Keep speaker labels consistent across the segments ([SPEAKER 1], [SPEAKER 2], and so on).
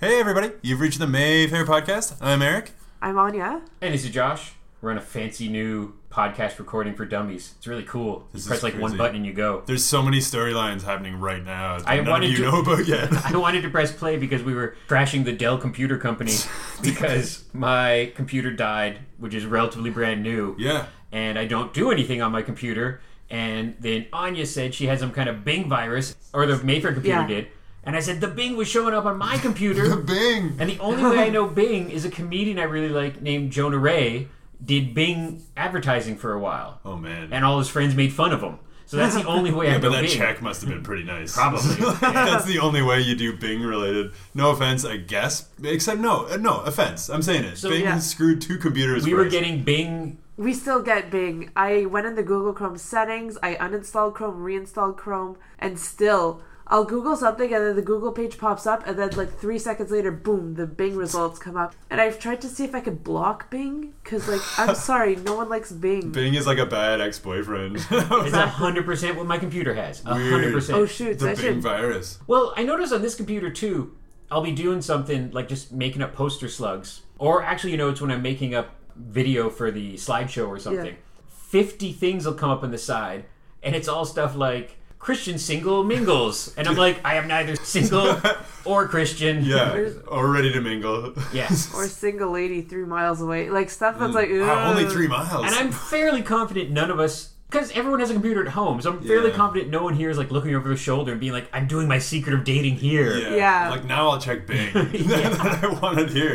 [SPEAKER 1] Hey, everybody. You've reached the Mayfair Podcast. I'm Eric.
[SPEAKER 2] I'm Anya.
[SPEAKER 3] Hey, this is Josh. We're on a fancy new podcast recording for dummies. It's really cool.
[SPEAKER 1] This
[SPEAKER 3] you
[SPEAKER 1] is
[SPEAKER 3] press like
[SPEAKER 1] crazy.
[SPEAKER 3] one button and you go.
[SPEAKER 1] There's so many storylines happening right now that
[SPEAKER 3] I
[SPEAKER 1] none of
[SPEAKER 3] wanted
[SPEAKER 1] you
[SPEAKER 3] to-
[SPEAKER 1] know about yet.
[SPEAKER 3] I wanted to press play because we were crashing the Dell computer company because my computer died, which is relatively brand new.
[SPEAKER 1] yeah.
[SPEAKER 3] And I don't do anything on my computer. And then Anya said she had some kind of Bing virus, or the Mayfair computer
[SPEAKER 2] Yeah.
[SPEAKER 3] did. And I said the Bing was showing up on my computer.
[SPEAKER 1] Bing.
[SPEAKER 3] And the only way I know Bing is a comedian I really like named Jonah Ray did Bing advertising for a while.
[SPEAKER 1] Oh, man.
[SPEAKER 3] And all his friends made fun of him. So that's the only way I
[SPEAKER 1] but
[SPEAKER 3] know
[SPEAKER 1] that
[SPEAKER 3] Bing.
[SPEAKER 1] check must have been pretty nice.
[SPEAKER 3] Probably,
[SPEAKER 1] That's the only way you do Bing related. No offense, I guess. Except, no, uh, no offense. I'm saying it. Bing
[SPEAKER 2] yeah.
[SPEAKER 1] screwed two computers.
[SPEAKER 3] We were
[SPEAKER 1] worse.
[SPEAKER 3] getting Bing.
[SPEAKER 2] We still get Bing. I went in the Google Chrome settings, I uninstalled Chrome, reinstalled Chrome, and still I'll Google something and then the Google page pops up and then like three seconds later, boom, the Bing results come up. And I've tried to see if I could block Bing, because like I'm sorry, no one likes Bing.
[SPEAKER 1] Bing is like a bad ex boyfriend.
[SPEAKER 3] It's
[SPEAKER 1] the
[SPEAKER 3] hundred percent what my computer has.
[SPEAKER 1] Weird.
[SPEAKER 3] hundred
[SPEAKER 2] Oh
[SPEAKER 3] percent.
[SPEAKER 2] shoot, I
[SPEAKER 1] Bing
[SPEAKER 2] should
[SPEAKER 1] virus.
[SPEAKER 3] Well, I noticed on this computer too. I'll be doing something like just making up poster slugs, or actually, you know, it's when I'm making up video for the slideshow or something. Fifty things will come up on the side, and it's all stuff like Christian single mingles, and I'm like, I am neither single or Christian.
[SPEAKER 1] Yeah. Or ready to mingle.
[SPEAKER 3] Yes.
[SPEAKER 2] or single lady three miles away. Like stuff that's like
[SPEAKER 1] Mm. Wow, only
[SPEAKER 2] ugh.
[SPEAKER 1] three miles.
[SPEAKER 3] And I'm fairly confident none of us, because everyone has a computer at home, so I'm fairly
[SPEAKER 1] Yeah.
[SPEAKER 3] confident no one here is like looking over their shoulder and being like, "I'm doing my secret of dating here."
[SPEAKER 1] Yeah.
[SPEAKER 2] Yeah.
[SPEAKER 1] Like now I'll check Bing. that I wanted here.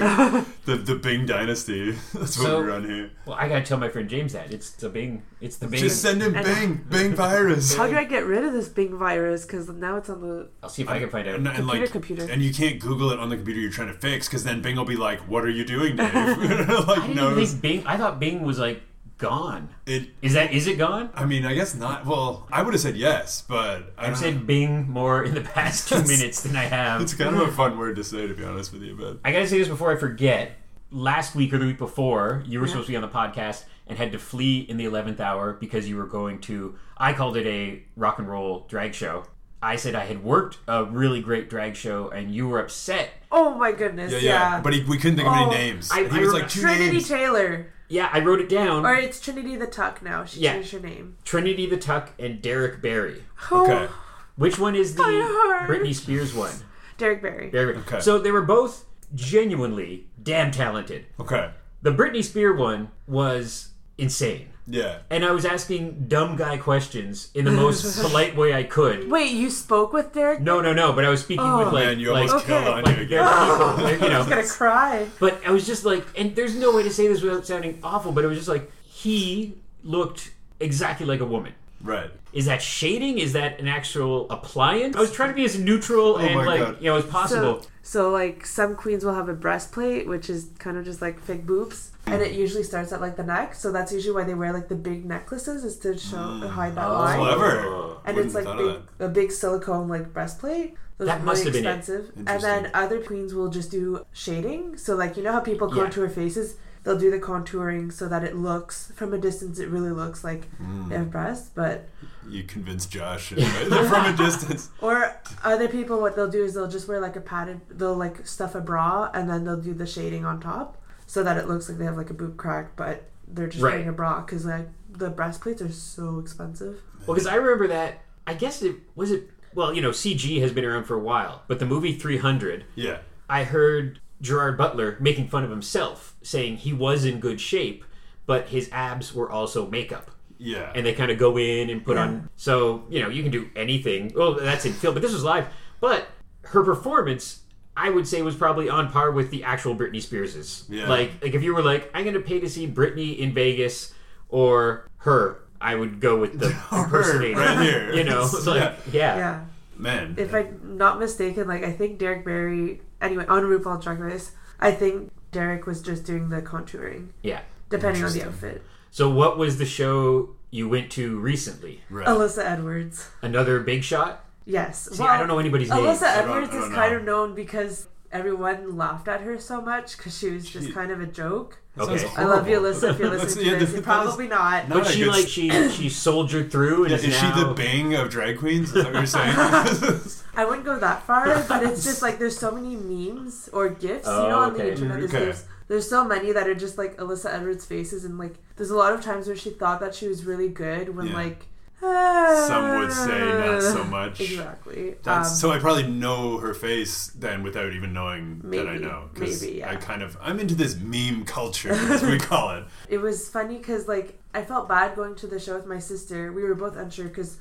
[SPEAKER 1] The the Bing dynasty. That's what
[SPEAKER 3] So-
[SPEAKER 1] we're on here.
[SPEAKER 3] Well, I gotta tell my friend James that it's the Bing, it's the Bing.
[SPEAKER 1] Just send him Bing. Bing virus.
[SPEAKER 2] How do I get rid of this Bing virus? Because now it's on the
[SPEAKER 3] I'll see if I can find out.
[SPEAKER 1] And, and like,
[SPEAKER 2] Computer, computer.
[SPEAKER 1] and you can't Google it on the computer you're trying to fix because then Bing will be like, "What are you doing, Dave?" like,
[SPEAKER 3] I didn't
[SPEAKER 1] no,
[SPEAKER 3] even think Bing. I thought Bing was like gone.
[SPEAKER 1] it.
[SPEAKER 3] Is that? Is it gone?
[SPEAKER 1] I mean, I guess not. Well, I would have said yes, but I
[SPEAKER 3] I've
[SPEAKER 1] don't-
[SPEAKER 3] said Bing more in the past two minutes than I
[SPEAKER 1] Uh. it's
[SPEAKER 3] have.
[SPEAKER 1] kind of a fun word to say, to be honest with you. But
[SPEAKER 3] I gotta say this before I forget. Last week or the week before, you were supposed to be on the podcast and had to flee in the eleventh hour because you were going to. I called it a rock and roll drag show. I said I had worked a really great drag show, and you were upset.
[SPEAKER 2] Oh my goodness,
[SPEAKER 1] yeah,
[SPEAKER 2] yeah.
[SPEAKER 1] yeah. But he, we couldn't think of any
[SPEAKER 2] Oh,
[SPEAKER 1] names.
[SPEAKER 3] I-
[SPEAKER 1] And he
[SPEAKER 3] I
[SPEAKER 1] was
[SPEAKER 3] rem-
[SPEAKER 1] like two
[SPEAKER 2] Trinity
[SPEAKER 1] names.
[SPEAKER 2] Taylor.
[SPEAKER 3] Yeah, I wrote it down.
[SPEAKER 2] Or it's Trinity the Tuck now. She
[SPEAKER 3] Yeah.
[SPEAKER 2] changed her name.
[SPEAKER 3] Trinity the Tuck and Derek Barry.
[SPEAKER 1] Okay.
[SPEAKER 2] Oh,
[SPEAKER 3] Which one is the
[SPEAKER 2] Kinda hard.
[SPEAKER 3] Britney Spears one?
[SPEAKER 2] Derek Barry.
[SPEAKER 3] Very
[SPEAKER 1] Okay.
[SPEAKER 3] So they were both genuinely damn talented.
[SPEAKER 1] Okay.
[SPEAKER 3] The Britney Spears one was insane.
[SPEAKER 1] Yeah.
[SPEAKER 3] And I was asking dumb guy questions in the most polite way I could.
[SPEAKER 2] Wait, you spoke with Derek?
[SPEAKER 3] No, no, no, but I was speaking with like,
[SPEAKER 1] Man, you
[SPEAKER 3] like,
[SPEAKER 1] almost
[SPEAKER 2] Okay.
[SPEAKER 1] killed on
[SPEAKER 3] like
[SPEAKER 1] you
[SPEAKER 3] their
[SPEAKER 1] again.
[SPEAKER 3] people, their- you
[SPEAKER 2] I'm
[SPEAKER 3] know.
[SPEAKER 2] gonna cry.
[SPEAKER 3] But I was just like, and there's no way to say this without sounding awful, but it was just like, he looked exactly like a woman.
[SPEAKER 1] Right.
[SPEAKER 3] Is that shading? Is that an actual appliance? I was trying to be as neutral
[SPEAKER 1] Oh my
[SPEAKER 3] and like
[SPEAKER 1] God.
[SPEAKER 3] you know as possible.
[SPEAKER 2] So, so like some queens will have a breastplate, which is kind of just like fig boobs, and it usually starts at like the neck. So that's usually why they wear like the big necklaces is to show hide that line.
[SPEAKER 1] Clever. Wouldn't
[SPEAKER 2] and it's
[SPEAKER 1] have
[SPEAKER 2] like
[SPEAKER 1] thought
[SPEAKER 2] big,
[SPEAKER 1] of
[SPEAKER 2] a big silicone like breastplate. Those
[SPEAKER 3] That
[SPEAKER 2] are
[SPEAKER 3] must
[SPEAKER 2] really
[SPEAKER 3] have been it.
[SPEAKER 2] expensive. And
[SPEAKER 1] Interesting.
[SPEAKER 2] then other queens will just do shading. So like you know how people
[SPEAKER 3] Yeah.
[SPEAKER 2] contour faces, they'll do the contouring so that it looks from a distance it really looks like
[SPEAKER 1] Hmm.
[SPEAKER 2] they have breasts, but
[SPEAKER 1] that. You convinced Josh. Anyway. They're from a distance.
[SPEAKER 2] or other people what they'll do is they'll just wear like a padded they'll like stuff a bra and then they'll do the shading on top so that it looks like they have like a boob crack, but they're just
[SPEAKER 3] Right.
[SPEAKER 2] wearing a bra because like the breastplates are so expensive.
[SPEAKER 3] Well, because I remember that. I guess it was it. Well, you know, CG has been around for a while, but the movie 300,
[SPEAKER 1] Yeah.
[SPEAKER 3] I heard Gerard Butler making fun of himself, saying he was in good shape, but his abs were also makeup.
[SPEAKER 1] Yeah.
[SPEAKER 3] And they kind of go in and put on. So, you know, you can do anything. Well, that's in film, but this was live. But her performance. I would say was probably on par with the actual Britney Spears's.
[SPEAKER 1] Yeah.
[SPEAKER 3] Like, like if you were like, I'm going to pay to see Britney in Vegas or her, I would go with the impersonator.
[SPEAKER 1] right here.
[SPEAKER 3] You know, it's like,
[SPEAKER 1] Yeah.
[SPEAKER 3] yeah.
[SPEAKER 2] Yeah.
[SPEAKER 1] Man.
[SPEAKER 2] if I'm not mistaken, like I think Derek Barry. Anyway, on RuPaul's Drag Race, I think Derek was just doing the contouring,
[SPEAKER 3] Yeah.
[SPEAKER 2] depending on the outfit.
[SPEAKER 3] So, what was the show you went to recently?
[SPEAKER 1] right.
[SPEAKER 2] Alyssa Edwards.
[SPEAKER 3] Another Big Shot?
[SPEAKER 2] Yes.
[SPEAKER 3] See, I don't know anybody's name.
[SPEAKER 2] Alyssa
[SPEAKER 1] don't-
[SPEAKER 2] Edwards
[SPEAKER 1] I
[SPEAKER 2] is
[SPEAKER 1] don't
[SPEAKER 2] kind
[SPEAKER 1] know.
[SPEAKER 2] of known because everyone laughed at her so much because she was just kind of a joke.
[SPEAKER 3] Okay.
[SPEAKER 1] Sounds
[SPEAKER 2] I love you,
[SPEAKER 1] horrible.
[SPEAKER 2] Alyssa. If you're listening
[SPEAKER 1] Yeah,
[SPEAKER 2] to this,
[SPEAKER 1] that
[SPEAKER 2] you're
[SPEAKER 1] was-
[SPEAKER 2] probably not.
[SPEAKER 1] No.
[SPEAKER 3] But she
[SPEAKER 1] good
[SPEAKER 3] like
[SPEAKER 1] s-
[SPEAKER 3] she she soldiered through and
[SPEAKER 1] Yeah,
[SPEAKER 3] is,
[SPEAKER 1] is she
[SPEAKER 3] now,
[SPEAKER 1] the Bing of drag queens? Is that what you're saying?
[SPEAKER 2] I wouldn't go that far, but it's just like there's so many memes or gifs, you know,
[SPEAKER 3] Oh,
[SPEAKER 2] on the
[SPEAKER 3] okay.
[SPEAKER 2] internet. There's,
[SPEAKER 1] Okay.
[SPEAKER 2] gifs. there's so many that are just like Alyssa Edwards' faces, and like there's a lot of times where she thought that she was really good when
[SPEAKER 1] Yeah.
[SPEAKER 2] like
[SPEAKER 1] Some would say not so
[SPEAKER 2] "Ah."
[SPEAKER 1] much.
[SPEAKER 2] Exactly.
[SPEAKER 1] That's,
[SPEAKER 2] um,
[SPEAKER 1] so I probably know her face then without even knowing that I
[SPEAKER 2] Maybe,
[SPEAKER 1] know because
[SPEAKER 2] maybe, yeah.
[SPEAKER 1] I kind of I'm into this meme culture as we call it.
[SPEAKER 2] it was funny because like I felt bad going to the show with my sister. We were both unsure because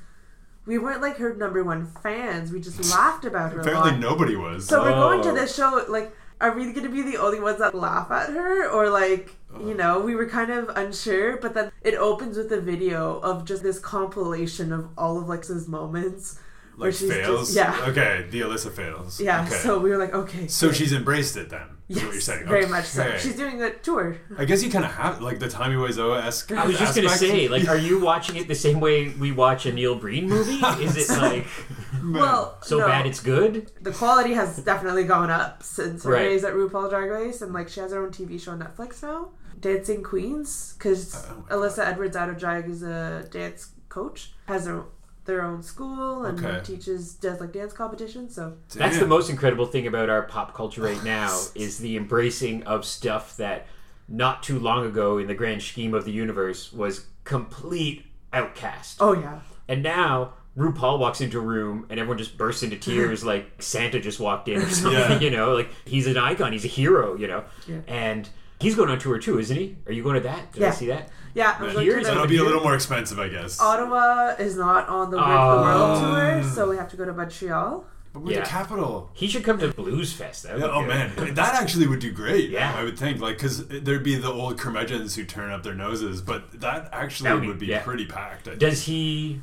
[SPEAKER 2] we weren't like her number one fans. We just laughed about her. a
[SPEAKER 1] Apparently
[SPEAKER 2] lot.
[SPEAKER 1] nobody was.
[SPEAKER 2] So we're going to
[SPEAKER 3] Oh.
[SPEAKER 2] this show, like, are we going to be the only ones that laugh at her? Or, like, you know, we were kind of unsure, but then it opens with a video of just this compilation of all of Lex's moments. where
[SPEAKER 1] like
[SPEAKER 2] she's
[SPEAKER 1] fails.
[SPEAKER 2] just- yeah.
[SPEAKER 1] Okay, the Alyssa fails.
[SPEAKER 2] Yeah,
[SPEAKER 1] Okay.
[SPEAKER 2] so we were like, okay.
[SPEAKER 1] So she's embraced it then. Is
[SPEAKER 2] yes,
[SPEAKER 1] what you're saying.
[SPEAKER 2] very much so.
[SPEAKER 1] Okay.
[SPEAKER 2] She's doing a tour.
[SPEAKER 1] I guess you kind of have like the Tommy Wiseau esque.
[SPEAKER 3] I was just gonna say, like, are you watching it the same way we watch a Neil Breen movie? Is it like
[SPEAKER 2] Well,
[SPEAKER 3] so
[SPEAKER 2] no,
[SPEAKER 3] bad it's good?
[SPEAKER 2] the quality has definitely gone up since her
[SPEAKER 3] Right.
[SPEAKER 2] days at RuPaul Drag Race, and like she has her own TV show on Netflix now, Dancing Queens, because
[SPEAKER 1] Oh, my
[SPEAKER 2] Alyssa Edwards out of drag is a dance coach, has her their own school and
[SPEAKER 1] Okay.
[SPEAKER 2] teaches does like dance competitions. So
[SPEAKER 3] That's the most incredible thing about our pop culture right now is the embracing of stuff that not too long ago in the grand scheme of the universe was complete outcast.
[SPEAKER 2] oh yeah,
[SPEAKER 3] And now RuPaul walks into a room and everyone just bursts into tears like Santa just walked in or something,
[SPEAKER 1] Yeah.
[SPEAKER 3] you know? Like he's an icon, he's a hero, you know?
[SPEAKER 2] Yeah.
[SPEAKER 3] And he's going on tour too, isn't he? Are you going to that? Did
[SPEAKER 2] Yeah.
[SPEAKER 3] I see that?
[SPEAKER 2] yeah. I'm going to
[SPEAKER 3] Here's
[SPEAKER 1] That'll
[SPEAKER 2] the,
[SPEAKER 1] be a little more expensive, I guess.
[SPEAKER 2] Uh, Ottawa is not on the Rip the World tour, so we have to go to
[SPEAKER 1] Oh.
[SPEAKER 2] Montreal.
[SPEAKER 1] but we're
[SPEAKER 3] Yeah.
[SPEAKER 1] the capital.
[SPEAKER 3] He should come to Blues Fest. That would
[SPEAKER 1] Yeah,
[SPEAKER 3] be
[SPEAKER 1] oh
[SPEAKER 3] good.
[SPEAKER 1] man, that actually would do great.
[SPEAKER 3] Yeah.
[SPEAKER 1] I would think, like, because there'd be the old curmudgeons who turn up their noses, but that actually
[SPEAKER 3] That
[SPEAKER 1] would
[SPEAKER 3] would
[SPEAKER 1] be,
[SPEAKER 3] be- yeah.
[SPEAKER 1] pretty packed. I
[SPEAKER 3] Does he?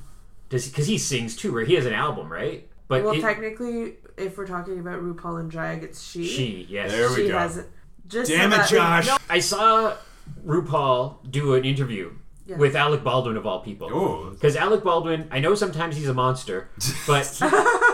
[SPEAKER 3] Does because he sings too, right? He has an album, right? But
[SPEAKER 2] Well,
[SPEAKER 3] it-
[SPEAKER 2] technically, if we're talking about RuPaul and drag, it's she.
[SPEAKER 3] she, yes.
[SPEAKER 1] There we
[SPEAKER 2] she
[SPEAKER 1] go.
[SPEAKER 2] has it. Just so
[SPEAKER 1] Damn it,
[SPEAKER 2] that we-
[SPEAKER 1] Josh!
[SPEAKER 3] I saw RuPaul do an interview
[SPEAKER 2] Yeah.
[SPEAKER 3] with Alec Baldwin of all people.
[SPEAKER 1] Oh,
[SPEAKER 3] Because Alec Baldwin, I know sometimes he's a monster, but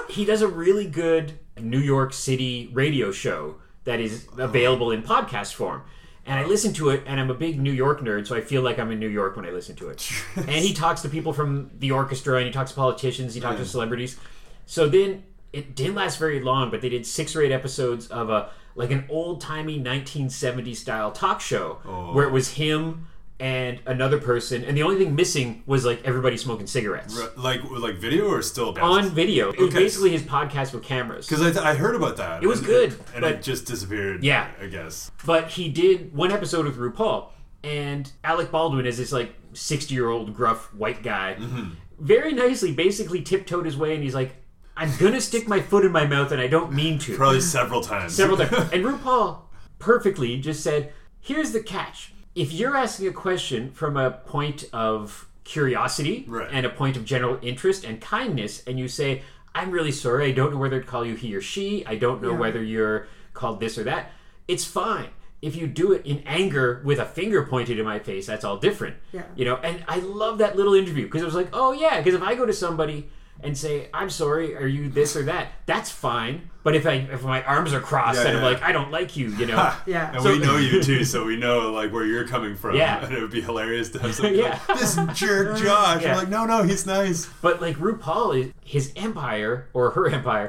[SPEAKER 3] he, he does a really good New York City radio show that is available in podcast form. And I listen to it, and I'm a big New York nerd, so I feel like I'm in New York when I listen to it. and he talks to people from the orchestra, and he talks to politicians, he talks to celebrities. So then it didn't last very long, but they did six or eight episodes of a like an old timey 1970s style talk show where it was him and another person, and the only thing missing was like everybody smoking cigarettes
[SPEAKER 1] R- like like video or still
[SPEAKER 3] on video. It was
[SPEAKER 1] Okay.
[SPEAKER 3] basically his podcast with cameras.
[SPEAKER 1] Because I, th- I heard about that. It
[SPEAKER 3] was good,
[SPEAKER 1] and
[SPEAKER 3] but-
[SPEAKER 1] it just disappeared.
[SPEAKER 3] Yeah.
[SPEAKER 1] I guess.
[SPEAKER 3] But he did one episode with RuPaul, and Alec Baldwin is this like sixty year old gruff white guy,
[SPEAKER 1] Mm-hmm.
[SPEAKER 3] very nicely, basically tiptoed his way, and he's like, "I'm gonna stick my foot in my mouth, and I don't mean to."
[SPEAKER 1] Probably several times.
[SPEAKER 3] several times. And RuPaul perfectly just said, "Here's the catch: if you're asking a question from a point of curiosity
[SPEAKER 1] Right.
[SPEAKER 3] and a point of general interest and kindness, and you say, "I'm really sorry, I don't know whether to call you he or she. I don't know whether you're called this or that," it's fine. If you do it in anger with a finger pointed in my face, that's all different.
[SPEAKER 2] Yeah.
[SPEAKER 3] You know, and I love that little interview because it was like, oh yeah, because if I go to somebody and say, I'm sorry, are you this or that? That's fine. But if I if my arms are crossed
[SPEAKER 1] Yeah,
[SPEAKER 3] and I'm
[SPEAKER 1] yeah.
[SPEAKER 3] like, I don't like you, you know.
[SPEAKER 2] Yeah.
[SPEAKER 1] And
[SPEAKER 3] So-
[SPEAKER 1] we know you too, so we know like where you're coming from.
[SPEAKER 3] Yeah.
[SPEAKER 1] And it would be hilarious to have something
[SPEAKER 3] Yeah.
[SPEAKER 1] like, this jerk Josh.
[SPEAKER 3] Yeah.
[SPEAKER 1] I'm like, no, no, he's nice.
[SPEAKER 3] but like RuPaul is his empire or her empire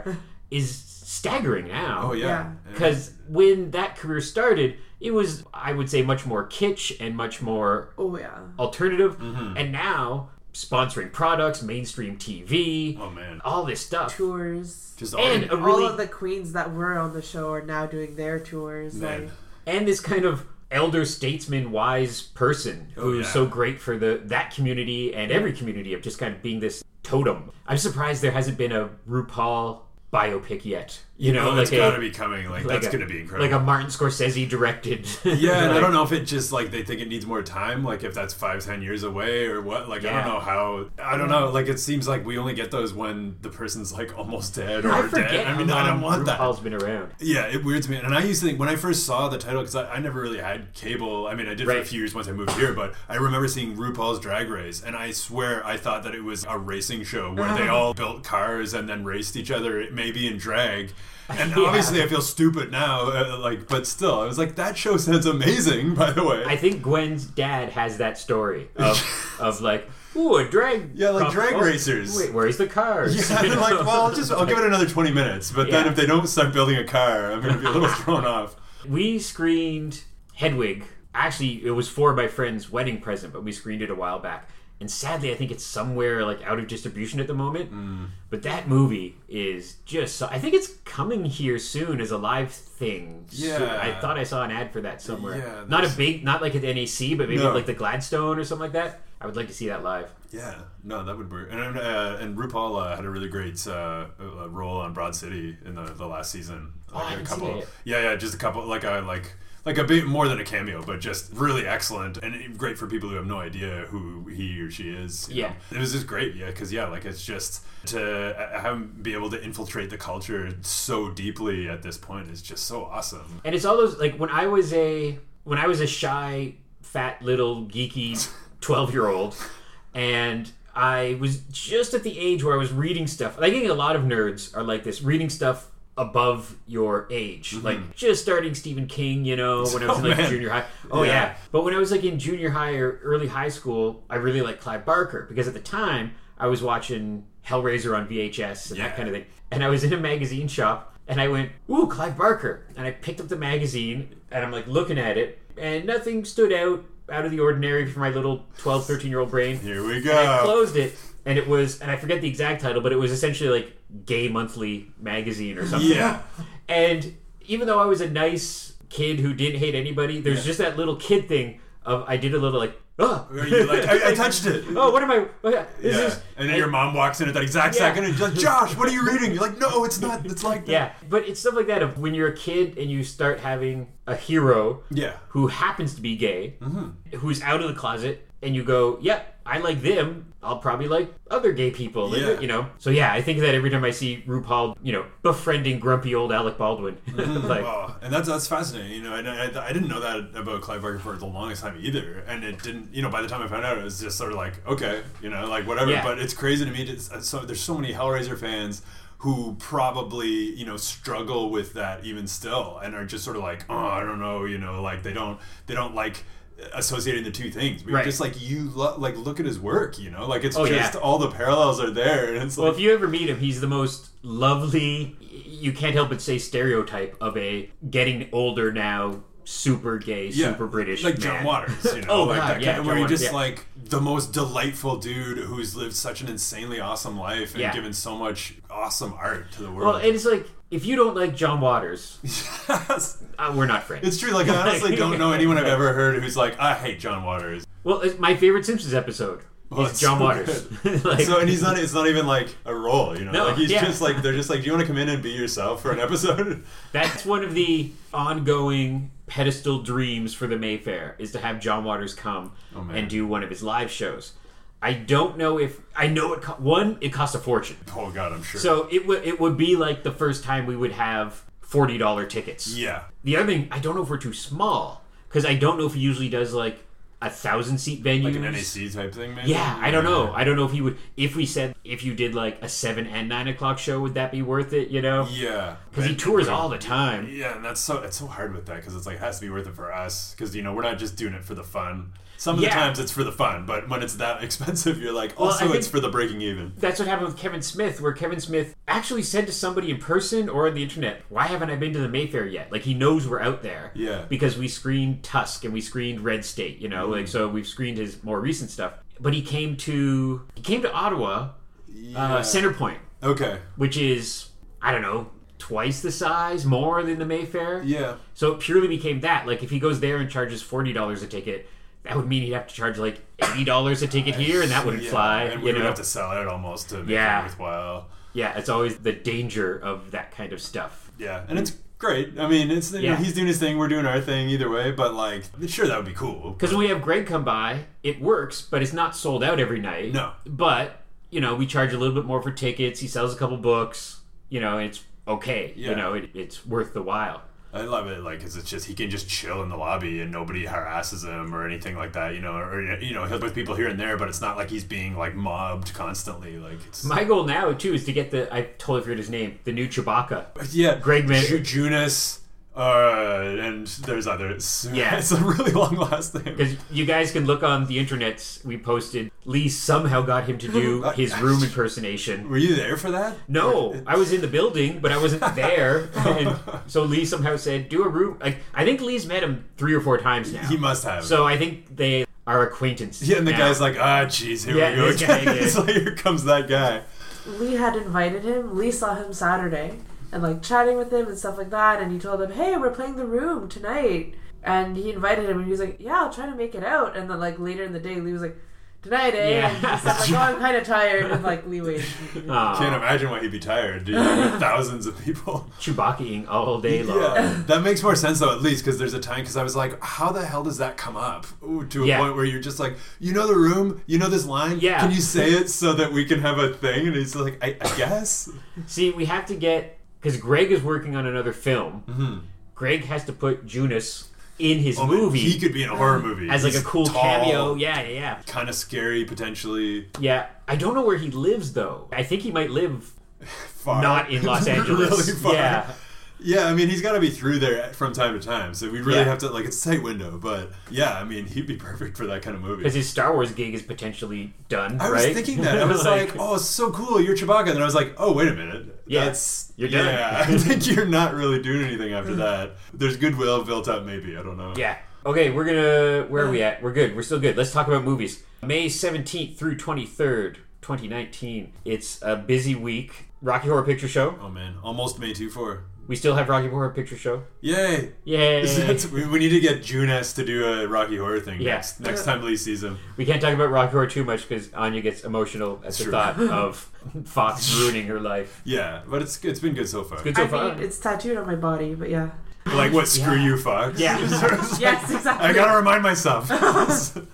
[SPEAKER 3] is staggering now.
[SPEAKER 1] Oh yeah.
[SPEAKER 3] Because when that career started, it was I would say much more kitsch and much more
[SPEAKER 2] Oh yeah.
[SPEAKER 3] alternative
[SPEAKER 1] Mm-hmm.
[SPEAKER 3] and now sponsoring products, mainstream TV,
[SPEAKER 1] Oh man.
[SPEAKER 3] all this stuff.
[SPEAKER 2] Tours.
[SPEAKER 1] Just all
[SPEAKER 3] And a
[SPEAKER 2] all
[SPEAKER 3] really
[SPEAKER 2] of the queens that were on the show are now doing their tours.
[SPEAKER 1] Man.
[SPEAKER 2] Like,
[SPEAKER 3] and this kind of elder statesman wise person who's
[SPEAKER 1] Oh, yeah.
[SPEAKER 3] so great for the that community and every community of just kind of being this totem. I'm surprised there hasn't been a RuPaul biopic yet. You know,
[SPEAKER 1] Oh,
[SPEAKER 3] like
[SPEAKER 1] it's
[SPEAKER 3] a,
[SPEAKER 1] gotta be coming. Like,
[SPEAKER 3] like
[SPEAKER 1] that's
[SPEAKER 3] a-
[SPEAKER 1] gonna be incredible.
[SPEAKER 3] like a Martin Scorsese directed.
[SPEAKER 1] yeah, and I
[SPEAKER 3] like-
[SPEAKER 1] don't know if it just like they think it needs more time, like if that's five, ten years away or what. Like I
[SPEAKER 3] Yeah.
[SPEAKER 1] don't know how. I don't know. Like it seems like we only get those when the person's like almost dead or
[SPEAKER 3] I forget.
[SPEAKER 1] dead. I mean,
[SPEAKER 3] how
[SPEAKER 1] I don't
[SPEAKER 3] long
[SPEAKER 1] want that.
[SPEAKER 3] RuPaul's been around.
[SPEAKER 1] Yeah, it weirds me. And I used to think when I first saw the title, because I, I never really had cable. I mean, I did for a
[SPEAKER 3] Right.
[SPEAKER 1] few years once I moved here, but I remember seeing RuPaul's Drag Race, and I swear I
[SPEAKER 3] Uh-huh.
[SPEAKER 1] thought that it was a racing show where they all built cars and then raced each other, maybe in drag. And
[SPEAKER 3] Yeah.
[SPEAKER 1] obviously, I feel stupid now. uh, Like, but still, I was like, that show sounds amazing. By the way,
[SPEAKER 3] I think Gwen's dad has that story of, of like, ooh, a drag.
[SPEAKER 1] Yeah, like
[SPEAKER 3] comp-
[SPEAKER 1] drag
[SPEAKER 3] oh,
[SPEAKER 1] racers.
[SPEAKER 3] Wait, where's the cars?
[SPEAKER 1] yeah,
[SPEAKER 3] You
[SPEAKER 1] and I'm like,
[SPEAKER 3] know?
[SPEAKER 1] well, I'll just I'll give it another 20 minutes. But then
[SPEAKER 3] Yeah.
[SPEAKER 1] if they don't start building a car, I'm gonna be a little thrown off.
[SPEAKER 3] We screened Hedwig. Actually, it was for my friend's wedding present, but we screened it a while back. And sadly, I think it's somewhere like out of distribution at the moment.
[SPEAKER 1] Mm.
[SPEAKER 3] But that movie is just. So, I think it's coming here soon as a live thing. So-
[SPEAKER 1] Yeah.
[SPEAKER 3] I thought I saw an ad for that somewhere.
[SPEAKER 1] Yeah,
[SPEAKER 3] not a
[SPEAKER 1] there's-
[SPEAKER 3] big, not like at the NAC, but maybe
[SPEAKER 1] No.
[SPEAKER 3] like the Gladstone or something like that. I would like to see that live.
[SPEAKER 1] Yeah, no, that would work. And uh, and RuPaul uh, had a really great uh, uh, role on Broad City in the, the last season.
[SPEAKER 3] Oh, I
[SPEAKER 1] Like a
[SPEAKER 3] haven't
[SPEAKER 1] couple,
[SPEAKER 3] seen it.
[SPEAKER 1] yeah, yeah, just a couple, like a like like a bit more than a cameo, but just really excellent and great for people who have no idea who he or she is. you
[SPEAKER 3] Yeah.
[SPEAKER 1] know. it was just great. Yeah, because yeah, like it's just to uh, have him be able to infiltrate the culture so deeply at this point is just so awesome.
[SPEAKER 3] And it's all those like when I was a when I was a shy, fat, little, geeky twelve year old, and I was just at the age where I was reading stuff. I think a lot of nerds are like this, reading stuff above your age, like just starting Stephen King. You know, when I was
[SPEAKER 1] Mm-hmm. Oh,
[SPEAKER 3] in like
[SPEAKER 1] man.
[SPEAKER 3] junior high. Oh
[SPEAKER 1] Yeah.
[SPEAKER 3] yeah. but when I was like in junior high or early high school, I really liked Clive Barker because at the time I was watching Hellraiser on VHS and
[SPEAKER 1] Yeah.
[SPEAKER 3] that kind of thing. And I was in a magazine shop and I went, Ooh, Clive Barker. And I picked up the magazine and I'm like looking at it and nothing stood out out of the ordinary for my little 12, 13 year old brain.
[SPEAKER 1] Here we
[SPEAKER 3] And I
[SPEAKER 1] go.
[SPEAKER 3] closed it and it was, and I forget the exact title, but it was essentially like Gay Monthly Magazine or something.
[SPEAKER 1] Yeah,
[SPEAKER 3] And even though I was a nice kid who didn't hate anybody, there's just that little kid thing of I did a little like, oh,
[SPEAKER 1] Where you like, I, I touched it.
[SPEAKER 3] oh, what am I? oh, yeah, this
[SPEAKER 1] Yeah.
[SPEAKER 3] is
[SPEAKER 1] and then your mom walks in at that exact
[SPEAKER 3] Yeah.
[SPEAKER 1] second and she's like, Josh, what are you reading? You're like, no, it's not. It's like that.
[SPEAKER 3] yeah. But it's stuff like that of when you're a kid and you start having a hero
[SPEAKER 1] Yeah. Mm-hmm.
[SPEAKER 3] who happens to be gay, who's out of the closet, and you go, yeah, I like them. I'll probably like other gay people, like,
[SPEAKER 1] Yeah.
[SPEAKER 3] you know. So yeah, I think that every time I see RuPaul, you know, befriending grumpy old Alec Baldwin, like
[SPEAKER 1] Oh, and that's that's fascinating. You know, and I, I, I didn't know that about Clive Barker for the longest time either. And it didn't, you know, by the time I found out, it was just sort of like, okay, you know, like whatever.
[SPEAKER 3] Yeah.
[SPEAKER 1] But it's crazy to me. It's, it's so there's so many Hellraiser fans who probably you know struggle with that even still, and are just sort of like, oh, I don't know, you know, like they don't they don't like associating the two things. But
[SPEAKER 3] Right.
[SPEAKER 1] just like you, lo- like look at his work, you know, like it's
[SPEAKER 3] Oh, yeah.
[SPEAKER 1] just all the parallels are there, and it's
[SPEAKER 3] Well,
[SPEAKER 1] like.
[SPEAKER 3] if you ever meet him, he's the most lovely. You can't help but say stereotype of a getting older now, super gay, super British,
[SPEAKER 1] like John
[SPEAKER 3] man.
[SPEAKER 1] Waters. You know,
[SPEAKER 3] Oh,
[SPEAKER 1] like
[SPEAKER 3] God,
[SPEAKER 1] that
[SPEAKER 3] yeah,
[SPEAKER 1] kind of,
[SPEAKER 3] John
[SPEAKER 1] where you're
[SPEAKER 3] Waters,
[SPEAKER 1] just
[SPEAKER 3] yeah.
[SPEAKER 1] like the most delightful dude who's lived such an insanely awesome life and
[SPEAKER 3] Yeah.
[SPEAKER 1] given so much awesome art to the world.
[SPEAKER 3] Well, and it's like if you don't like John Waters,
[SPEAKER 1] Yes.
[SPEAKER 3] uh, we're not friends.
[SPEAKER 1] it's true. Like I honestly don't know anyone I've ever heard who's like, I hate John Waters.
[SPEAKER 3] well, it's my favorite Simpsons episode
[SPEAKER 1] Well,
[SPEAKER 3] is
[SPEAKER 1] Oh, it's
[SPEAKER 3] John
[SPEAKER 1] so
[SPEAKER 3] Waters. like,
[SPEAKER 1] So and he's not. It's not even like a role. You know,
[SPEAKER 3] No,
[SPEAKER 1] like he's
[SPEAKER 3] yeah.
[SPEAKER 1] just like they're just like, do you want to come in and be yourself for an episode?
[SPEAKER 3] that's one of the ongoing pedestal dreams for the Mayfair is to have John Waters come
[SPEAKER 1] Oh, man.
[SPEAKER 3] and do one of his live shows. I don't know if I know it. Co- one, it costs a fortune.
[SPEAKER 1] oh God, I'm sure.
[SPEAKER 3] So it would it would be like the first time we would have forty dollar tickets.
[SPEAKER 1] yeah.
[SPEAKER 3] The other thing, I don't know if we're too small because I don't know if he usually does like a thousand seat venue.
[SPEAKER 1] Like an NAC type thing, maybe.
[SPEAKER 3] Yeah, I don't know. I don't know if he would. If we said if you did like a seven and nine o'clock show, would that be worth it? You know,
[SPEAKER 1] Yeah,
[SPEAKER 3] because he
[SPEAKER 1] And-
[SPEAKER 3] tours all the time.
[SPEAKER 1] Yeah, and that's so it's so hard with that because it's like it has to be worth it for us because you know we're not just doing it for the fun. Some of the
[SPEAKER 3] Yeah.
[SPEAKER 1] times it's for the fun, but when it's that expensive, you're like,
[SPEAKER 3] Well, I
[SPEAKER 1] also it's
[SPEAKER 3] think-
[SPEAKER 1] for the breaking even.
[SPEAKER 3] That's what happened with Kevin Smith, where Kevin Smith actually said to somebody in person or on the internet, Why haven't I been to the Mayfair yet? Like, he knows we're out there.
[SPEAKER 1] Yeah. Mm-hmm.
[SPEAKER 3] Because we screened Tusk and we screened Red State, you know, like, so we've screened his more recent stuff. But he came to, he came to Ottawa, uh, Centerpoint,
[SPEAKER 1] Okay,
[SPEAKER 3] which is, I don't know, twice the size, more than the Mayfair.
[SPEAKER 1] yeah,
[SPEAKER 3] So it purely became that. Like, if he goes there and charges $40 a ticket, that would mean he'd have to charge like $80 a ticket here, and that wouldn't
[SPEAKER 1] yeah.
[SPEAKER 3] fly.
[SPEAKER 1] and
[SPEAKER 3] you
[SPEAKER 1] we would
[SPEAKER 3] know?
[SPEAKER 1] have to sell it almost to make
[SPEAKER 3] Yeah.
[SPEAKER 1] it worthwhile.
[SPEAKER 3] Yeah, it's always the danger of that kind of stuff.
[SPEAKER 1] Yeah, and it's great. I mean, it's you know,
[SPEAKER 3] Yeah.
[SPEAKER 1] he's doing his thing, we're doing our thing either way. But like, sure, that would be cool.
[SPEAKER 3] Because when we have Greg come by, it works, but it's not sold out every night.
[SPEAKER 1] No.
[SPEAKER 3] But, you know, we charge a little bit more for tickets. He sells a couple books. You know, it's okay.
[SPEAKER 1] Yeah.
[SPEAKER 3] You know, it, it's worth the while.
[SPEAKER 1] I love it. Like, 'cause it's just he can just chill in the lobby and nobody harasses him or anything like that. You know, or you know, he'll with people here and there, but it's not like he's being like mobbed constantly. Like, it's
[SPEAKER 3] My goal now too is to get the I totally forget his name, the new Chewbacca.
[SPEAKER 1] yeah,
[SPEAKER 3] Greg Man-
[SPEAKER 1] Ju- Junis, uh, and there's others.
[SPEAKER 3] Yeah.
[SPEAKER 1] it's a really long last name.
[SPEAKER 3] Because you guys can look on the internets. We posted Lee somehow got him to do his room impersonation.
[SPEAKER 1] Were you there for that?
[SPEAKER 3] No, I was in the building, but I wasn't there. And so Lee somehow said, "Do a room." Like, I think Lee's met him three or four times now.
[SPEAKER 1] He must have.
[SPEAKER 3] So I think they are acquaintances.
[SPEAKER 1] yeah, and the
[SPEAKER 3] now.
[SPEAKER 1] guy's like, ah, jeez, here
[SPEAKER 3] Yeah,
[SPEAKER 1] we go
[SPEAKER 3] this guy
[SPEAKER 1] again.
[SPEAKER 3] again.
[SPEAKER 1] so here comes that guy.
[SPEAKER 2] Lee had invited him. Lee saw him Saturday and like chatting with him and stuff like that. And he told him, "Hey, we're playing the room tonight." And he invited him, and he was like, "Yeah, I'll try to make it out." And then like later in the day, Lee was like, "Tonight, eh?"
[SPEAKER 3] Yeah.
[SPEAKER 2] And he said, like, "Oh, I'm kind of tired," and like Lee waited.
[SPEAKER 3] Aw,
[SPEAKER 1] Can't imagine why he'd be tired. You know, with thousands of people.
[SPEAKER 3] Chewbacca-ing all day long.
[SPEAKER 1] Yeah, that makes more sense though, at least because there's a time. Because I was like, how the hell does that come up? Ooh, to a
[SPEAKER 3] Yeah.
[SPEAKER 1] point where you're just like, you know the room, you know this line.
[SPEAKER 3] Yeah.
[SPEAKER 1] Can you say it so that we can have a thing? And he's like, I, I guess.
[SPEAKER 3] See, we have to get because Greg is working on another film.
[SPEAKER 1] Mm-hmm.
[SPEAKER 3] Greg has to put Junus in his movie
[SPEAKER 1] Oh, He could be in a horror movie
[SPEAKER 3] as like a cool cameo. Yeah, yeah, yeah.
[SPEAKER 1] Kind of scary potentially.
[SPEAKER 3] Yeah, I don't know where he lives though. I think he might live
[SPEAKER 1] Far.
[SPEAKER 3] not in Los Angeles.
[SPEAKER 1] really far.
[SPEAKER 3] Yeah,
[SPEAKER 1] Yeah, I mean he's got to be through there from time to time, so we really
[SPEAKER 3] Yeah.
[SPEAKER 1] have to like it's a tight window. But yeah, I mean he'd be perfect for that kind of movie.
[SPEAKER 3] because his Star Wars gig is potentially done.
[SPEAKER 1] I was
[SPEAKER 3] right?
[SPEAKER 1] thinking that. I was like, oh, it's so cool. You're Chewbacca. Then I was like, oh, wait a minute.
[SPEAKER 3] Yeah,
[SPEAKER 1] That's,
[SPEAKER 3] you're done.
[SPEAKER 1] yeah, I think you're not really doing anything after that. There's goodwill built up, maybe. I don't know.
[SPEAKER 3] yeah. Okay, we're gonna. Where are we at? We're good. We're still good. Let's talk about movies. May seventeenth through twenty third, twenty nineteen. It's a busy week. Rocky Horror Picture Show.
[SPEAKER 1] Oh, man. Almost May 2 4.
[SPEAKER 3] We still have Rocky Horror Picture Show.
[SPEAKER 1] Yay.
[SPEAKER 3] Yay!
[SPEAKER 1] That's- we, we need to get June S to do a Rocky Horror thing
[SPEAKER 3] Yeah.
[SPEAKER 1] next, next time Lee sees him.
[SPEAKER 3] We can't talk about Rocky Horror too much because Anya gets emotional at the
[SPEAKER 1] true.
[SPEAKER 3] thought of Fox ruining her life.
[SPEAKER 1] Yeah, but it's it's been good so far.
[SPEAKER 3] Good so
[SPEAKER 2] I
[SPEAKER 3] far.
[SPEAKER 2] mean, it's tattooed on my body, but yeah.
[SPEAKER 1] Like, what? Screw you, Fox.
[SPEAKER 3] Yeah.
[SPEAKER 2] Yes, exactly.
[SPEAKER 1] I gotta remind myself.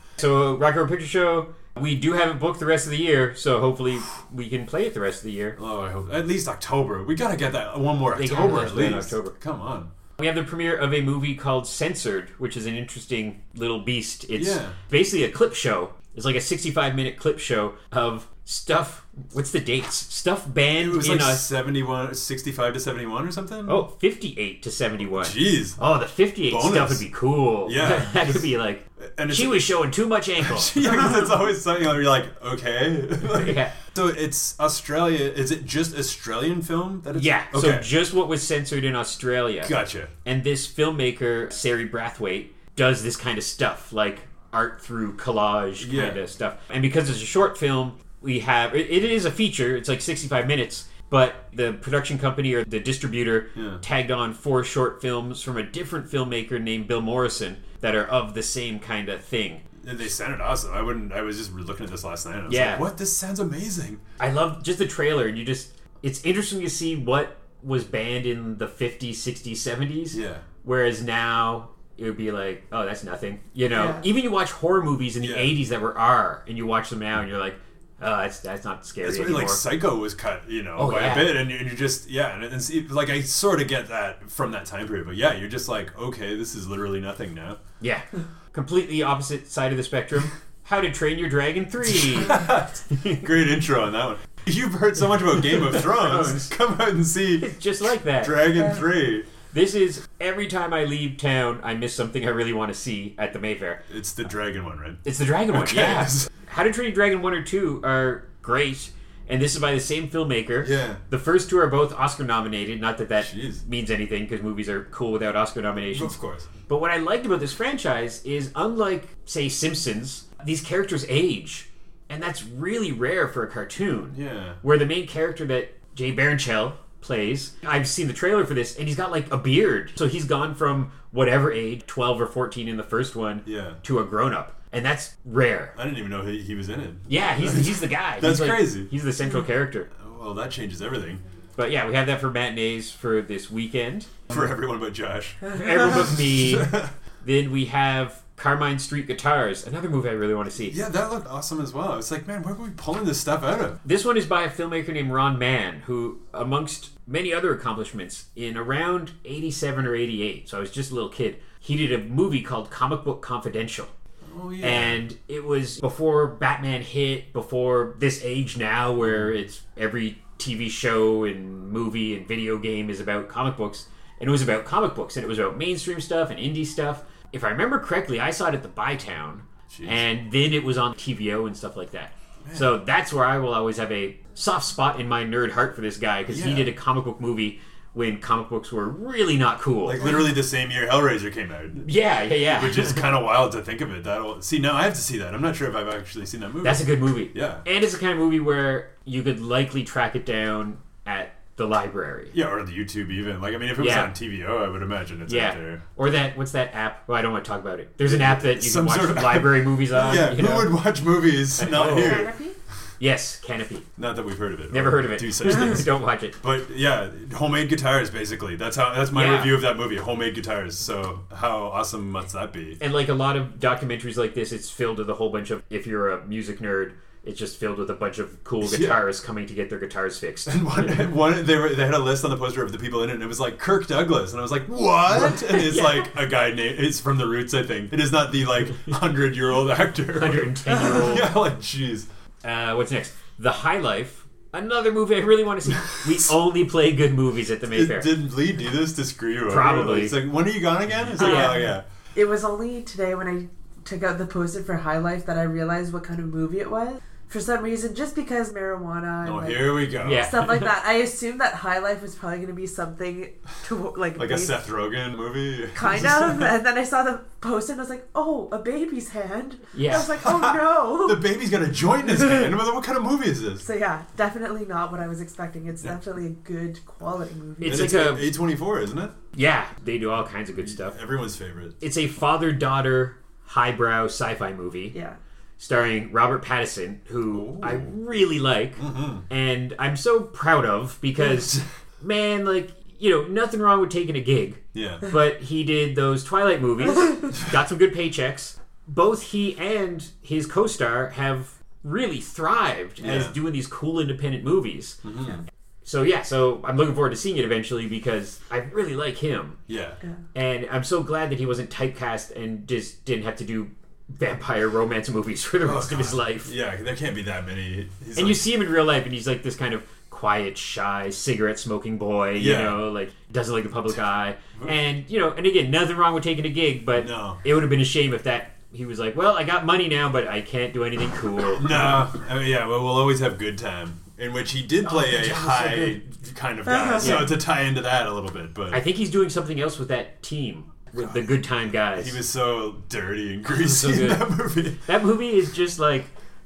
[SPEAKER 3] so Rocky Horror Picture Show. We do have it booked the rest of the year, so hopefully we can play it the rest of the year.
[SPEAKER 1] oh, I hope at least October. We gotta get that one more
[SPEAKER 3] They gotta
[SPEAKER 1] October
[SPEAKER 3] let
[SPEAKER 1] at
[SPEAKER 3] you in
[SPEAKER 1] least.
[SPEAKER 3] October.
[SPEAKER 1] Come on.
[SPEAKER 3] We have the premiere of a movie called Censored, which is an interesting little beast. It's
[SPEAKER 1] Yeah.
[SPEAKER 3] basically a clip show. It's like a 65 minute clip show of stuff. What's the dates? Stuff banned
[SPEAKER 1] It was
[SPEAKER 3] in
[SPEAKER 1] like
[SPEAKER 3] a.
[SPEAKER 1] 71, 65 to 71 or something.
[SPEAKER 3] Oh, 58 to 71.
[SPEAKER 1] Jeez.
[SPEAKER 3] Oh, the 58 stuff
[SPEAKER 1] Bonus.
[SPEAKER 3] would be cool.
[SPEAKER 1] Yeah.
[SPEAKER 3] that could be like.
[SPEAKER 1] And it's,
[SPEAKER 3] She was showing too much ankle.
[SPEAKER 1] yeah, 'cause it's always something where you're like, okay. Like,
[SPEAKER 3] yeah.
[SPEAKER 1] So it's Australia. Is it just Australian film that it's?
[SPEAKER 3] Yeah.
[SPEAKER 1] Okay.
[SPEAKER 3] So just what was censored in Australia.
[SPEAKER 1] gotcha.
[SPEAKER 3] And this filmmaker, Sari Brathwaite, does this kind of stuff, like art through collage
[SPEAKER 1] Yeah.
[SPEAKER 3] kind of stuff. And because it's a short film, we have it, it is a feature. It's like 65 minutes. But the production company or the distributor
[SPEAKER 1] Yeah.
[SPEAKER 3] tagged on four short films from a different filmmaker named Bill Morrison that are of the same kind of thing.
[SPEAKER 1] They sounded awesome. I wouldn't. I was just looking at this last night. And I was
[SPEAKER 3] Yeah.
[SPEAKER 1] Like, what? This sounds amazing.
[SPEAKER 3] I love just the trailer and you just it's interesting to see what was banned in the 50s, 60s, 70s.
[SPEAKER 1] Yeah.
[SPEAKER 3] Whereas now it would be like, oh, that's nothing. You know,
[SPEAKER 2] Yeah.
[SPEAKER 3] even you watch horror movies in the
[SPEAKER 1] Yeah.
[SPEAKER 3] 80s that were R and you watch them now and you're like, oh, that's that's not scary
[SPEAKER 1] It's really
[SPEAKER 3] anymore.
[SPEAKER 1] like Psycho was cut, you know,
[SPEAKER 3] Oh,
[SPEAKER 1] by
[SPEAKER 3] yeah.
[SPEAKER 1] a bit, and you- and you're just yeah, and it's like I sort of get that from that time period, but yeah, you're just like okay, this is literally nothing now.
[SPEAKER 3] yeah. Completely opposite side of the spectrum. How to Train Your Dragon 3.
[SPEAKER 1] Great intro on that one. You've heard so much about Game of Thrones.
[SPEAKER 3] Thrones.
[SPEAKER 1] Come out and see
[SPEAKER 3] just like that.
[SPEAKER 1] Dragon Three.
[SPEAKER 3] this is every time I leave town, I miss something I really want to see at the Mayfair.
[SPEAKER 1] It's the dragon one, right?
[SPEAKER 3] It's the dragon one,
[SPEAKER 1] Okay.
[SPEAKER 3] yeah. How to Train Your Dragon 1 or 2 are great, and this is by the same filmmaker.
[SPEAKER 1] Yeah.
[SPEAKER 3] The first two are both Oscar nominated. Not that that
[SPEAKER 1] Jeez.
[SPEAKER 3] means anything because movies are cool without Oscar nominations.
[SPEAKER 1] Of course.
[SPEAKER 3] But what I liked about this franchise is, unlike, say, Simpsons, these characters age. And that's really rare for a cartoon.
[SPEAKER 1] Yeah.
[SPEAKER 3] Where the main character that Jay Baruchel plays, I've seen the trailer for this, and he's got like a beard. So he's gone from whatever age, 12 or 14 in the first one,
[SPEAKER 1] Yeah.
[SPEAKER 3] to a grown up. And that's rare.
[SPEAKER 1] I didn't even know he, he was in it.
[SPEAKER 3] Yeah, he's, he's the guy.
[SPEAKER 1] That's
[SPEAKER 3] He's, like-
[SPEAKER 1] crazy.
[SPEAKER 3] He's the central character.
[SPEAKER 1] Well, that changes everything
[SPEAKER 3] But yeah, we have that for matinees for this weekend.
[SPEAKER 1] for everyone but Josh.
[SPEAKER 3] Everyone but me. Then we have Carmine Street Guitars, another movie I really want to see.
[SPEAKER 1] Yeah, that looked awesome as well. It's like, man, where were we pulling this stuff out of?
[SPEAKER 3] This one is by a filmmaker named Ron Mann, who, amongst many other accomplishments, in around 87 or 88, so I was just a little kid, he did a movie called Comic Book Confidential.
[SPEAKER 1] Oh yeah.
[SPEAKER 3] And it was before Batman hit, before this age now where
[SPEAKER 1] Mm-hmm.
[SPEAKER 3] it's every TV show and movie and video game is about comic books. And it was about comic books and it was about mainstream stuff and indie stuff. If I remember correctly, I saw it at the Bytown
[SPEAKER 1] Jeez.
[SPEAKER 3] and then it was on TVO and stuff like that. So that's where I will always have a soft spot in my nerd heart for this guy because he
[SPEAKER 1] Yeah.
[SPEAKER 3] did a comic book movie when comic books were really not cool.
[SPEAKER 1] like literally the same year Hellraiser came out,
[SPEAKER 3] yeah, yeah, yeah.
[SPEAKER 1] which is kind of wild to think of it. That old. See, now I have to see that. I'm not sure if I've actually seen that movie.
[SPEAKER 3] That's a good movie.
[SPEAKER 1] Yeah.
[SPEAKER 3] And it's the kind of movie where you could likely track it down at the library.
[SPEAKER 1] yeah, or the YouTube even. Like, I mean, if it was
[SPEAKER 3] Yeah.
[SPEAKER 1] on TVO, I would imagine it's
[SPEAKER 3] Yeah.
[SPEAKER 1] out there.
[SPEAKER 3] Or that, what's that app? Well, I don't want to talk about it. There's an app that you
[SPEAKER 1] Some
[SPEAKER 3] can watch
[SPEAKER 1] sort of app.
[SPEAKER 3] library movies on.
[SPEAKER 1] yeah,
[SPEAKER 3] you
[SPEAKER 1] who
[SPEAKER 3] know?
[SPEAKER 1] would watch movies not
[SPEAKER 3] Oh.
[SPEAKER 1] here?
[SPEAKER 3] Yes, Canopy.
[SPEAKER 1] Not that we've heard of it.
[SPEAKER 3] Never
[SPEAKER 1] or
[SPEAKER 3] heard of it.
[SPEAKER 1] Do such things.
[SPEAKER 3] don't watch it.
[SPEAKER 1] But yeah, homemade guitars basically. That's how. That's my
[SPEAKER 3] Yeah.
[SPEAKER 1] review of that movie. Homemade guitars. So how awesome must that be?
[SPEAKER 3] And like a lot of documentaries like this, it's filled with a whole bunch of. If you're a music nerd, it's just filled with a bunch of cool
[SPEAKER 1] Yeah.
[SPEAKER 3] guitarists coming to get their guitars fixed.
[SPEAKER 1] One, one, they, were, they had a list on the poster of the people in it, and it was like Kirk Douglas, and I was like, "What?" And it's like a guy named. It's from the Roots, I think. It is not the like hundred-year-old actor.
[SPEAKER 3] 110 year old.
[SPEAKER 1] yeah, like jeez.
[SPEAKER 3] Uh, what's next? The High Life. Another movie I really want to see. We only play good movies at the Mayfair.
[SPEAKER 1] It didn't Lee do this to screw you over?
[SPEAKER 3] Probably.
[SPEAKER 1] It's like, when are you gone again? It's like,
[SPEAKER 3] Yeah.
[SPEAKER 1] oh yeah.
[SPEAKER 2] It was only today when I took out the post-it for High Life that I realized what kind of movie it was. For some reason, just because marijuana and
[SPEAKER 1] Oh,
[SPEAKER 2] like,
[SPEAKER 1] here we go.
[SPEAKER 3] Yeah.
[SPEAKER 2] stuff like that, I assumed that High Life was probably going to be something to like
[SPEAKER 1] Like a
[SPEAKER 2] based-
[SPEAKER 1] Seth Rogen movie.
[SPEAKER 2] kind of. and then I saw the post and I was like, oh, a baby's hand.
[SPEAKER 3] Yeah.
[SPEAKER 2] I was like, oh
[SPEAKER 1] the
[SPEAKER 2] no.
[SPEAKER 1] baby's got a joint in his hand. I'm like, what kind of movie is this?
[SPEAKER 2] so yeah, definitely not what I was expecting. It's definitely a good quality movie.
[SPEAKER 3] It's
[SPEAKER 1] And
[SPEAKER 3] like a-
[SPEAKER 1] A24, isn't it?
[SPEAKER 3] yeah, they do all kinds of good stuff.
[SPEAKER 1] Everyone's favorite.
[SPEAKER 3] It's a father daughter highbrow sci fi movie
[SPEAKER 2] yeah.
[SPEAKER 3] starring Robert Pattinson, who I really like and I'm so proud of because, man, like, you know, nothing wrong with taking a gig.
[SPEAKER 1] Yeah.
[SPEAKER 3] but he did those Twilight movies, got some good paychecks. Both he and his co star have really thrived as
[SPEAKER 1] Yeah.
[SPEAKER 3] doing these cool independent movies. So, yeah, so I'm looking forward to seeing it eventually because I really like him.
[SPEAKER 1] Yeah.
[SPEAKER 3] And I'm so glad that he wasn't typecast and just didn't have to do vampire romance movies for the rest of his life.
[SPEAKER 1] Oh, Yeah, there can't be that many. He's
[SPEAKER 3] And
[SPEAKER 1] like,
[SPEAKER 3] you see him in real life, and he's like this kind of quiet, shy, cigarette smoking boy. You
[SPEAKER 1] Yeah.
[SPEAKER 3] know, like doesn't like the public eye. And you know, and again, nothing wrong with taking a gig, but
[SPEAKER 1] No.
[SPEAKER 3] it would have been a shame if that he was like, well, I got money now, but I can't do anything cool.
[SPEAKER 1] No, I mean, yeah, well, we'll always have good time, in which he did play
[SPEAKER 3] Oh,
[SPEAKER 1] a
[SPEAKER 3] Good Time is so Uh-huh.
[SPEAKER 1] high kind of guy. So to tie into that a little bit, but
[SPEAKER 3] I think he's doing something else with that team with the Good Time Guys.
[SPEAKER 1] he was so dirty and greasy
[SPEAKER 3] so
[SPEAKER 1] in
[SPEAKER 3] good.
[SPEAKER 1] that movie.
[SPEAKER 3] that movie is just like.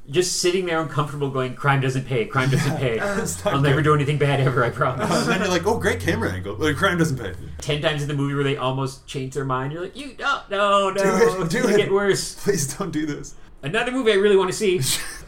[SPEAKER 3] Just sitting there uncomfortable, going, "Crime doesn't pay. Crime doesn't pay.
[SPEAKER 1] it's not
[SPEAKER 3] I'll never do anything bad ever. I promise."
[SPEAKER 1] And then you're like, oh, great camera angle. Like, crime doesn't pay.
[SPEAKER 3] Ten times in the movie where they almost change their mind, you're like, "You no, no, no,
[SPEAKER 1] it,
[SPEAKER 3] it's
[SPEAKER 1] do
[SPEAKER 3] gonna
[SPEAKER 1] it."
[SPEAKER 3] get worse."
[SPEAKER 1] Please don't do this.
[SPEAKER 3] Another movie I really want to see.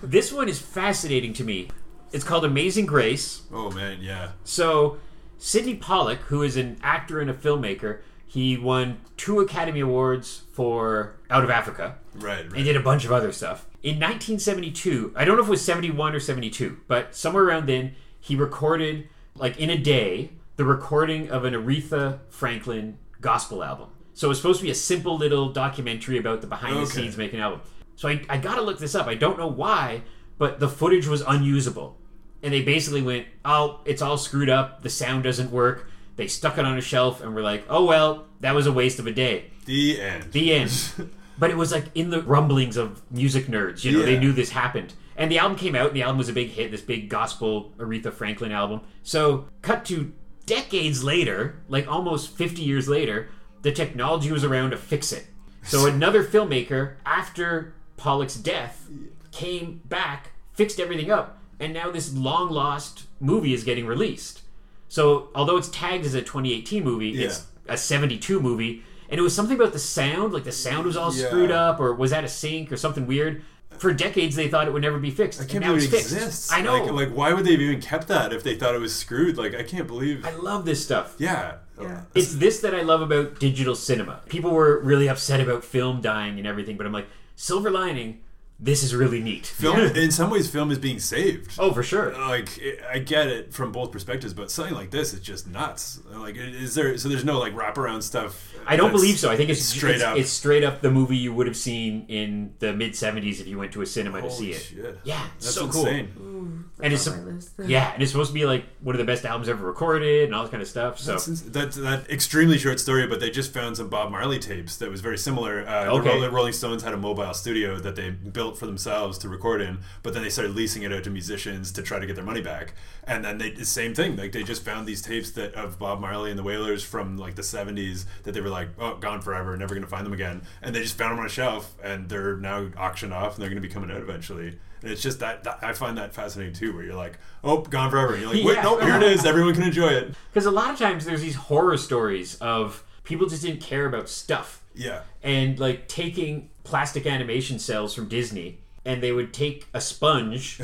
[SPEAKER 3] this one is fascinating to me. It's called Amazing Grace.
[SPEAKER 1] Oh man, yeah.
[SPEAKER 3] So, Sidney Pollack, who is an actor and a filmmaker, he won two Academy Awards for Out of Africa
[SPEAKER 1] Right,
[SPEAKER 3] and
[SPEAKER 1] right.
[SPEAKER 3] did a bunch of other stuff. In 1972, I don't know if it was 71 or 72, but somewhere around then, he recorded, like in a day, the recording of an Aretha Franklin gospel album. So it was supposed to be a simple little documentary about the behind the
[SPEAKER 1] Okay.
[SPEAKER 3] scenes making an album. So I, I gotta look this up. I don't know why, but the footage was unusable. And they basically went, oh, it's all screwed up. The sound doesn't work. They stuck it on a shelf and were like, oh, well, that was a waste of a day.
[SPEAKER 1] The end.
[SPEAKER 3] The end. But it was like in the rumblings of music nerds. You know, they
[SPEAKER 1] Yeah.
[SPEAKER 3] knew this happened. And the album came out, and the album was a big hit, this big gospel Aretha Franklin album. So, cut to decades later, like almost 50 years later, the technology was around to fix it. So, another filmmaker, after Pollock's death, came back, fixed everything up, and now this long lost movie is getting released. So, although it's tagged as a 2018 movie, it's a 72 movie and it was something about the sound like the sound was all
[SPEAKER 1] Yeah.
[SPEAKER 3] screwed up or was that a sync or something weird for decades they thought it would never be fixed.
[SPEAKER 1] I can't
[SPEAKER 3] and now
[SPEAKER 1] believe
[SPEAKER 3] it's
[SPEAKER 1] it
[SPEAKER 3] fixed.
[SPEAKER 1] exists.
[SPEAKER 3] I know.
[SPEAKER 1] Like, like, why would they have even kept that if they thought it was screwed? Like, I can't believe.
[SPEAKER 3] I love this stuff.
[SPEAKER 1] yeah.
[SPEAKER 2] Yeah.
[SPEAKER 3] It's this that I love about digital cinema. People were really upset about film dying and everything, but I'm like, silver lining, this is really neat.
[SPEAKER 1] Film, in some ways, film is Uh, being saved.
[SPEAKER 3] Oh, for sure.
[SPEAKER 1] Like, it, I get it from both perspectives, but something like this is just nuts. Like, is there? So there's no like wraparound stuff.
[SPEAKER 3] I don't
[SPEAKER 1] that's
[SPEAKER 3] believe so. I think it's
[SPEAKER 1] straight
[SPEAKER 3] it's,
[SPEAKER 1] up.
[SPEAKER 3] It's straight up the movie you would have seen in the mid '70s if you went to a cinema to see
[SPEAKER 1] Holy
[SPEAKER 3] it.
[SPEAKER 1] shit.
[SPEAKER 3] Yeah, it's
[SPEAKER 1] That's
[SPEAKER 3] so
[SPEAKER 1] insane.
[SPEAKER 3] cool. And it's
[SPEAKER 2] on my list.
[SPEAKER 3] yeah, and it's supposed to be like one of the best albums ever recorded and all this kind of stuff. So
[SPEAKER 1] That's ins- that that extremely short story, but they just found some Bob Marley tapes that was very similar. Uh,
[SPEAKER 3] Okay.
[SPEAKER 1] the Rolling, Rolling Stones had a mobile studio that they built for themselves to record in, but then they started leasing it out to musicians to try to get their money back. And then they the same thing, like they just found these tapes that of Bob Marley and the Wailers from like the '70s that they were like, oh, gone forever, never gonna find them again. And they just found them on a shelf, and they're now auctioned off, and they're gonna be coming out eventually. And it's just that, that I find that fascinating too, where you're like, oh, gone forever. And you're like, wait,
[SPEAKER 3] Yeah.
[SPEAKER 1] nope, here it is. Everyone can enjoy it.
[SPEAKER 3] because a lot of times there's these horror stories of people just didn't care about stuff
[SPEAKER 1] Yeah.
[SPEAKER 3] and like taking plastic animation cells from Disney and they would take a sponge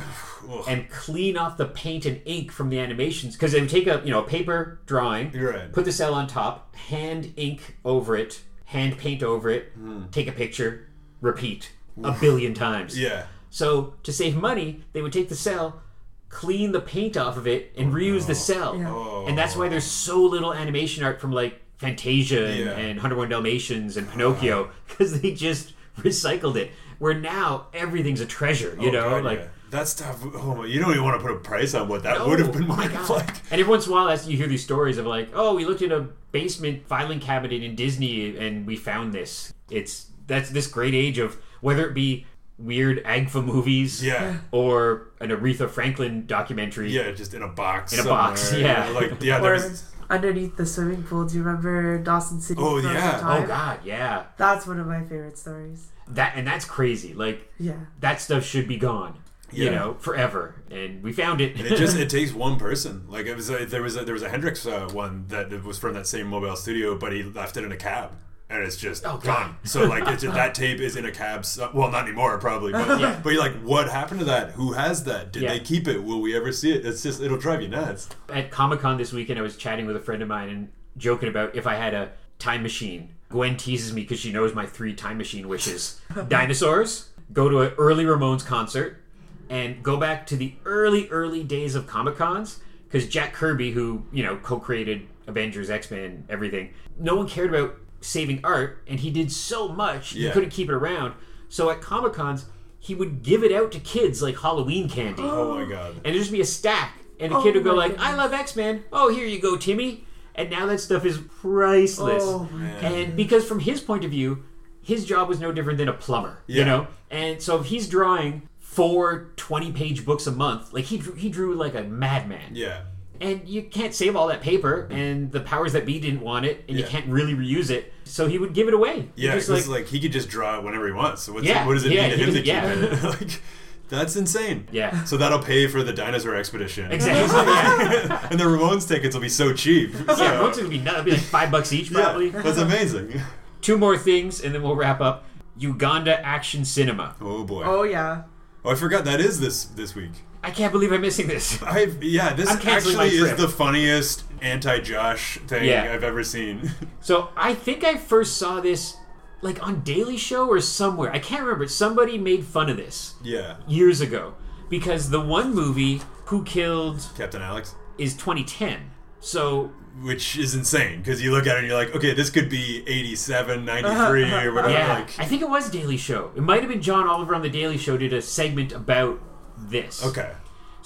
[SPEAKER 3] and clean off the paint and ink from the animations because they would take a you know a paper drawing
[SPEAKER 1] You're right.
[SPEAKER 3] put the cell on top hand ink over it hand paint over it take a picture repeat a billion times
[SPEAKER 1] Hmm. Yeah.
[SPEAKER 3] so to save money they would take the cell clean the paint off of it
[SPEAKER 1] Oh,
[SPEAKER 3] and reuse the cell
[SPEAKER 2] Yeah.
[SPEAKER 3] and that's why there's so little animation art from like Fantasia and,
[SPEAKER 1] Yeah.
[SPEAKER 3] and 101 Dalmatians and Pinocchio because they just recycled it. Where now everything's a treasure, you
[SPEAKER 1] Oh,
[SPEAKER 3] know,
[SPEAKER 1] God,
[SPEAKER 3] like.
[SPEAKER 1] yeah. that stuff. Oh my, you don't even want to put a price on what that
[SPEAKER 3] oh,
[SPEAKER 1] would have been
[SPEAKER 3] my
[SPEAKER 1] worth.
[SPEAKER 3] God.
[SPEAKER 1] Like,
[SPEAKER 3] And every once in a while, that's, you hear these stories of like, "Oh, we looked in a basement filing cabinet in Disney, and we found this." It's that's this great age of whether it be weird Agfa movies,
[SPEAKER 1] yeah,
[SPEAKER 3] or an Aretha Franklin documentary.
[SPEAKER 1] yeah, just in a box.
[SPEAKER 3] In a box,
[SPEAKER 1] somewhere,
[SPEAKER 3] yeah.
[SPEAKER 1] you know, Like, yeah,
[SPEAKER 2] Or
[SPEAKER 1] there's.
[SPEAKER 2] underneath the swimming pool. Do you remember Dawson City?
[SPEAKER 1] Oh,
[SPEAKER 2] Frozen
[SPEAKER 1] yeah. Oh,
[SPEAKER 3] Oh
[SPEAKER 2] Time?
[SPEAKER 3] God, yeah.
[SPEAKER 2] That's one of my favorite stories.
[SPEAKER 3] That and that's crazy. Like
[SPEAKER 2] Yeah.
[SPEAKER 3] that stuff should be gone, you
[SPEAKER 1] Yeah.
[SPEAKER 3] know, forever. And we found it.
[SPEAKER 1] It just it takes one person. Like it was a, there was a, there was a Hendrix uh, one that was from that same mobile studio, but he left it in a cab, and it's just
[SPEAKER 3] Oh, God.
[SPEAKER 1] gone. So like it's, that tape is in a cab. So, well, not anymore, probably. But, but you're like, what happened to that? Who has that? Did
[SPEAKER 3] Yeah.
[SPEAKER 1] they keep it? Will we ever see it? It's just it'll drive you nuts.
[SPEAKER 3] At Comic Con this weekend, I was chatting with a friend of mine and joking about if I had a time machine. Gwen teases me because she knows my three time machine wishes: dinosaurs, go to an early Ramones concert, and go back to the early, early days of Comic Cons. Because Jack Kirby, who you know co-created Avengers, X Men, everything, no one cared about saving art, and he did so much you
[SPEAKER 1] Yeah.
[SPEAKER 3] couldn't keep it around. So at Comic Cons, he would give it out to kids like Halloween candy
[SPEAKER 1] Oh my god.
[SPEAKER 3] and it'd just be a stack. And the kid would go
[SPEAKER 2] Oh my
[SPEAKER 3] like, "I love X Men. Oh, here you go, Timmy." And now that stuff is priceless.
[SPEAKER 2] Oh, my
[SPEAKER 3] and because from his point of view, his job was no different than a plumber, you
[SPEAKER 1] Yeah.
[SPEAKER 3] know. And so if he's drawing four 20-page books a month, like he drew, he drew like a madman.
[SPEAKER 1] Yeah.
[SPEAKER 3] And you can't save all that paper, and the powers that be didn't want it, and you
[SPEAKER 1] Yeah.
[SPEAKER 3] can't really reuse it. So he would give it away.
[SPEAKER 1] Yeah,
[SPEAKER 3] just
[SPEAKER 1] because
[SPEAKER 3] like,
[SPEAKER 1] like, he could just draw it whenever he wants. So what's,
[SPEAKER 3] Yeah,
[SPEAKER 1] what does it
[SPEAKER 3] yeah,
[SPEAKER 1] mean to
[SPEAKER 3] he
[SPEAKER 1] him to keep
[SPEAKER 3] doesn't-
[SPEAKER 1] it? like, that's insane.
[SPEAKER 3] yeah,
[SPEAKER 1] So that'll pay for the dinosaur expedition.
[SPEAKER 3] exactly. yeah,
[SPEAKER 1] and the Ramones tickets will be so cheap. So,
[SPEAKER 3] yeah. Roads would be nuts. It'd be like five bucks each,
[SPEAKER 1] yeah,
[SPEAKER 3] probably.
[SPEAKER 1] that's amazing.
[SPEAKER 3] two more things and then we'll wrap up uganda action cinema
[SPEAKER 1] Oh boy. Oh,
[SPEAKER 2] Oh yeah.
[SPEAKER 1] I forgot that is this this week.
[SPEAKER 3] i can't believe i'm missing this
[SPEAKER 1] I yeah, this
[SPEAKER 3] I'm canceling my
[SPEAKER 1] actually is
[SPEAKER 3] trip.
[SPEAKER 1] the funniest anti-Josh thing
[SPEAKER 3] Yeah.
[SPEAKER 1] I've ever seen.
[SPEAKER 3] so i think i first saw this like on daily show or somewhere i can't remember somebody made fun of this
[SPEAKER 1] yeah.
[SPEAKER 3] years ago because the one movie who killed
[SPEAKER 1] Captain Alex.
[SPEAKER 3] is 2010 so
[SPEAKER 1] Which is insane because you look at it and you're like, okay, this could be 87, 93 or whatever.
[SPEAKER 3] Uh-huh, yeah
[SPEAKER 1] Like,
[SPEAKER 3] i think it was daily show it might have been john oliver on the daily show did a segment about this
[SPEAKER 1] okay.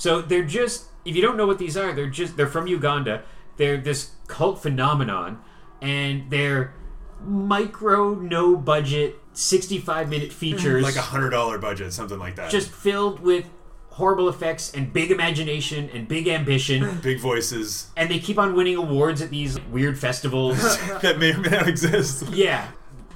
[SPEAKER 3] So they're just if you don't know what these are, they're just they're from Uganda. They're this cult phenomenon and they're micro no budget 65 minute features
[SPEAKER 1] Like a hundred dollar budget, something like that.
[SPEAKER 3] just filled with horrible effects and big imagination and big ambition
[SPEAKER 1] big voices.
[SPEAKER 3] and they keep on winning awards at these weird festivals.
[SPEAKER 1] that may or may not exist.
[SPEAKER 3] yeah.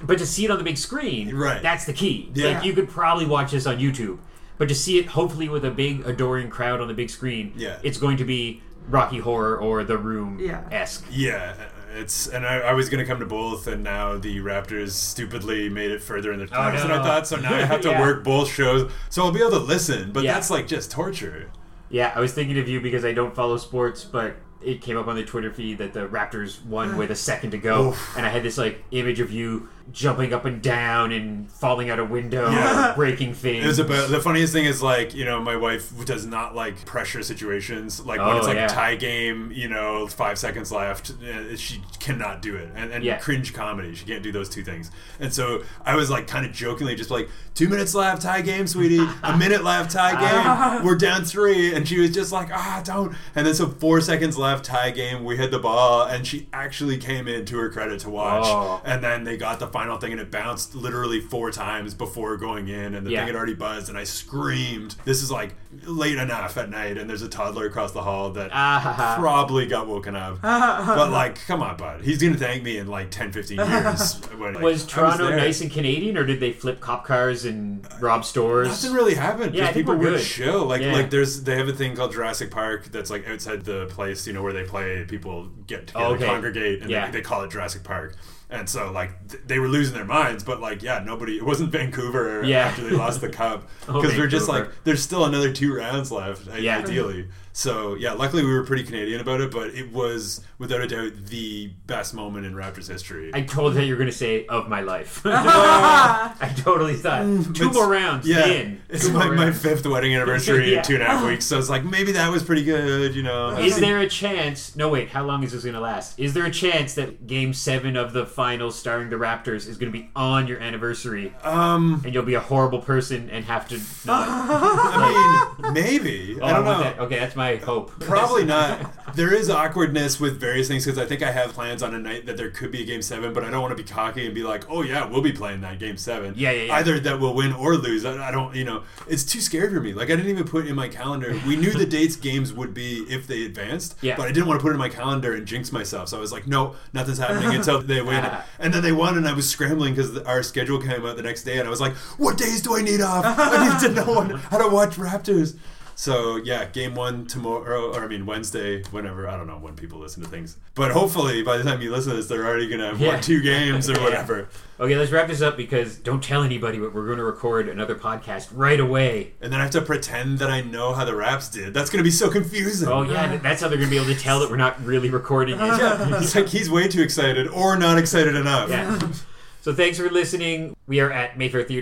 [SPEAKER 3] But to see it on the big screen,
[SPEAKER 1] Right.
[SPEAKER 3] that's the key.
[SPEAKER 1] Yeah.
[SPEAKER 3] Like you could probably watch this on YouTube, but to see it hopefully with a big adoring crowd on the big screen,
[SPEAKER 1] Yeah.
[SPEAKER 3] it's going to be Rocky Horror or The Room
[SPEAKER 2] Yeah.
[SPEAKER 3] esque.
[SPEAKER 1] Yeah, it's and I, I was gonna come to both, and now the Raptors stupidly made it further in the
[SPEAKER 3] Oh,
[SPEAKER 1] playoffs than I
[SPEAKER 3] no.
[SPEAKER 1] thought. So now I have to
[SPEAKER 3] Yeah.
[SPEAKER 1] work both shows, so I'll be able to listen. But
[SPEAKER 3] Yeah.
[SPEAKER 1] that's like just torture.
[SPEAKER 3] Yeah, I was thinking of you because I don't follow sports, but it came up on the Twitter feed that the Raptors won with a second to go, and I had this like image of you jumping up and down and falling out a window,
[SPEAKER 1] Yeah.
[SPEAKER 3] and breaking things.
[SPEAKER 1] It was about the funniest thing is like you know my wife does not like pressure situations like when
[SPEAKER 3] Oh,
[SPEAKER 1] it's like
[SPEAKER 3] yeah.
[SPEAKER 1] a tie game you know five seconds left uh, she cannot do it and, and
[SPEAKER 3] Yeah.
[SPEAKER 1] cringe comedy she can't do those two things and so I was like kind of jokingly just like two minutes left tie game sweetie a minute left tie game we're down three and she was just like ah don't and then so four seconds left tie game we hit the ball and she actually came in to her credit to watch
[SPEAKER 3] Oh.
[SPEAKER 1] and then they got the final thing and it bounced literally four times before going in and the
[SPEAKER 3] Yeah.
[SPEAKER 1] thing had already buzzed and I screamed. This is like late enough at night and there's a toddler across the hall that
[SPEAKER 3] Ah, ha, ha.
[SPEAKER 1] probably got woken up. but like, come on, bud. He's going to thank me in like 10, 15 years. when, like,
[SPEAKER 3] was
[SPEAKER 1] I
[SPEAKER 3] Toronto
[SPEAKER 1] there. Uh,
[SPEAKER 3] nice and Canadian, or did they flip cop cars and rob stores?
[SPEAKER 1] Nothing really happened.
[SPEAKER 3] Yeah,
[SPEAKER 1] Just
[SPEAKER 3] I think
[SPEAKER 1] people
[SPEAKER 3] we're
[SPEAKER 1] would
[SPEAKER 3] good.
[SPEAKER 1] chill. Like
[SPEAKER 3] Yeah.
[SPEAKER 1] like there's they have a thing called Jurassic Park that's like outside the place, you know, where they play. People get together,
[SPEAKER 3] Okay.
[SPEAKER 1] congregate, and
[SPEAKER 3] Yeah.
[SPEAKER 1] they, they call it Jurassic Park. And so like th- they were losing their minds, but like yeah, nobody. It wasn't Vancouver
[SPEAKER 3] Yeah.
[SPEAKER 1] after they lost the cup
[SPEAKER 3] Oh,
[SPEAKER 1] because they're just like
[SPEAKER 3] Vancouver.
[SPEAKER 1] there's still another two rounds left. i-
[SPEAKER 3] Yeah.
[SPEAKER 1] ideally. So yeah, luckily we were pretty Canadian about it, but it was without a doubt the best moment in Raptors history.
[SPEAKER 3] I totally thought you were going to say of my life.
[SPEAKER 2] Ah.
[SPEAKER 3] I totally thought two
[SPEAKER 1] Mm, It's-
[SPEAKER 3] more rounds.
[SPEAKER 1] Yeah,
[SPEAKER 3] in.
[SPEAKER 1] it's
[SPEAKER 3] Two more
[SPEAKER 1] my, my
[SPEAKER 3] rounds.
[SPEAKER 1] fifth wedding anniversary
[SPEAKER 3] Yeah.
[SPEAKER 1] in two and a half weeks, so it's like maybe that was pretty good, you know.
[SPEAKER 3] Is there a chance? No, wait. How long is this going to last? Is there a chance that Game Seven of the Finals, starring the Raptors, is going to be on your anniversary,
[SPEAKER 1] Um,
[SPEAKER 3] and you'll be a horrible person and have to? Not,
[SPEAKER 1] I mean, maybe
[SPEAKER 3] Oh,
[SPEAKER 1] I don't
[SPEAKER 3] want
[SPEAKER 1] know.
[SPEAKER 3] that- Okay, that's my hope.
[SPEAKER 1] Probably not. There is awkwardness with various things because I think I have plans on a night that there could be a game seven, but I don't want to be cocky and be like, "Oh yeah, we'll be playing that game seven.
[SPEAKER 3] Yeah, yeah, yeah.
[SPEAKER 1] Either that we'll win or lose. I, I don't, you know, it's too scary for me. Like I didn't even put it in my calendar. We knew the dates games would be if they advanced,
[SPEAKER 3] Yeah.
[SPEAKER 1] but I didn't want to put it in my calendar and jinx myself. So I was like, "No, nothing's happening until they win." and then they won, and I was scrambling because our schedule came out the next day, and I was like, "What days do I need off? I need to know when- how to watch Raptors." So yeah, game one tomorrow, or I mean Wednesday, whenever I don't know when people listen to things, but hopefully by the time you listen to this, they're already gonna have
[SPEAKER 3] Yeah.
[SPEAKER 1] won two games or
[SPEAKER 3] Yeah.
[SPEAKER 1] whatever,
[SPEAKER 3] Okay, let's wrap this up because don't tell anybody, but we're going to record another podcast right away.
[SPEAKER 1] and then I have to pretend that I know how the raps did. That's gonna be so confusing.
[SPEAKER 3] Oh yeah, th- that's how they're going to be able to tell that we're not really recording it.
[SPEAKER 1] yeah, it's like he's way too excited or not excited enough.
[SPEAKER 3] Yeah. so thanks for listening. We are at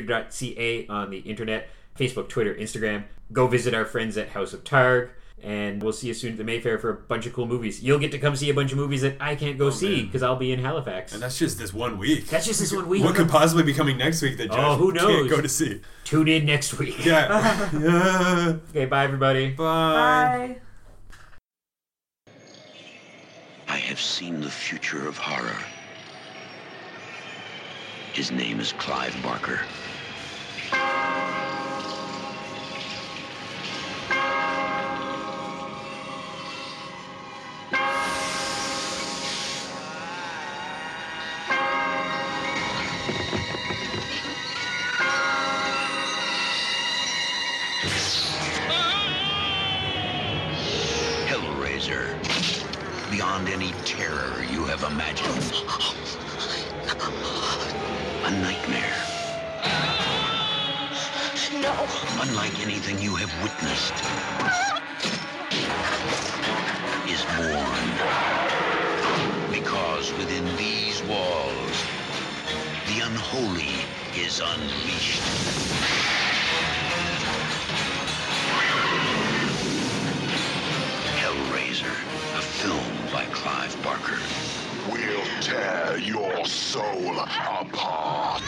[SPEAKER 3] mayfairtheater.ca on the internet, Facebook, Twitter, Instagram. Go visit our friends at House of Targ. And we'll see you soon at the Mayfair for a bunch of cool movies. You'll get to come see a bunch of movies that I can't go see because I'll be in Halifax.
[SPEAKER 1] Oh, And that's just this one week.
[SPEAKER 3] That's just this one week.
[SPEAKER 1] what could possibly be coming next week that Josh
[SPEAKER 3] Oh, who
[SPEAKER 1] can't
[SPEAKER 3] knows?
[SPEAKER 1] go to see?
[SPEAKER 3] Tune in next week.
[SPEAKER 1] Yeah. Yeah.
[SPEAKER 3] Okay, bye everybody.
[SPEAKER 1] Bye.
[SPEAKER 2] Bye.
[SPEAKER 4] I have seen the future of horror. His name is Clive Barker. Hellraiser. Beyond any terror you have imagined. A nightmare.
[SPEAKER 5] No.
[SPEAKER 4] unlike anything you have witnessed, is born. Because within these walls, the unholy is unleashed. Hellraiser, a film by Clive Barker.
[SPEAKER 5] We'll tear your soul apart.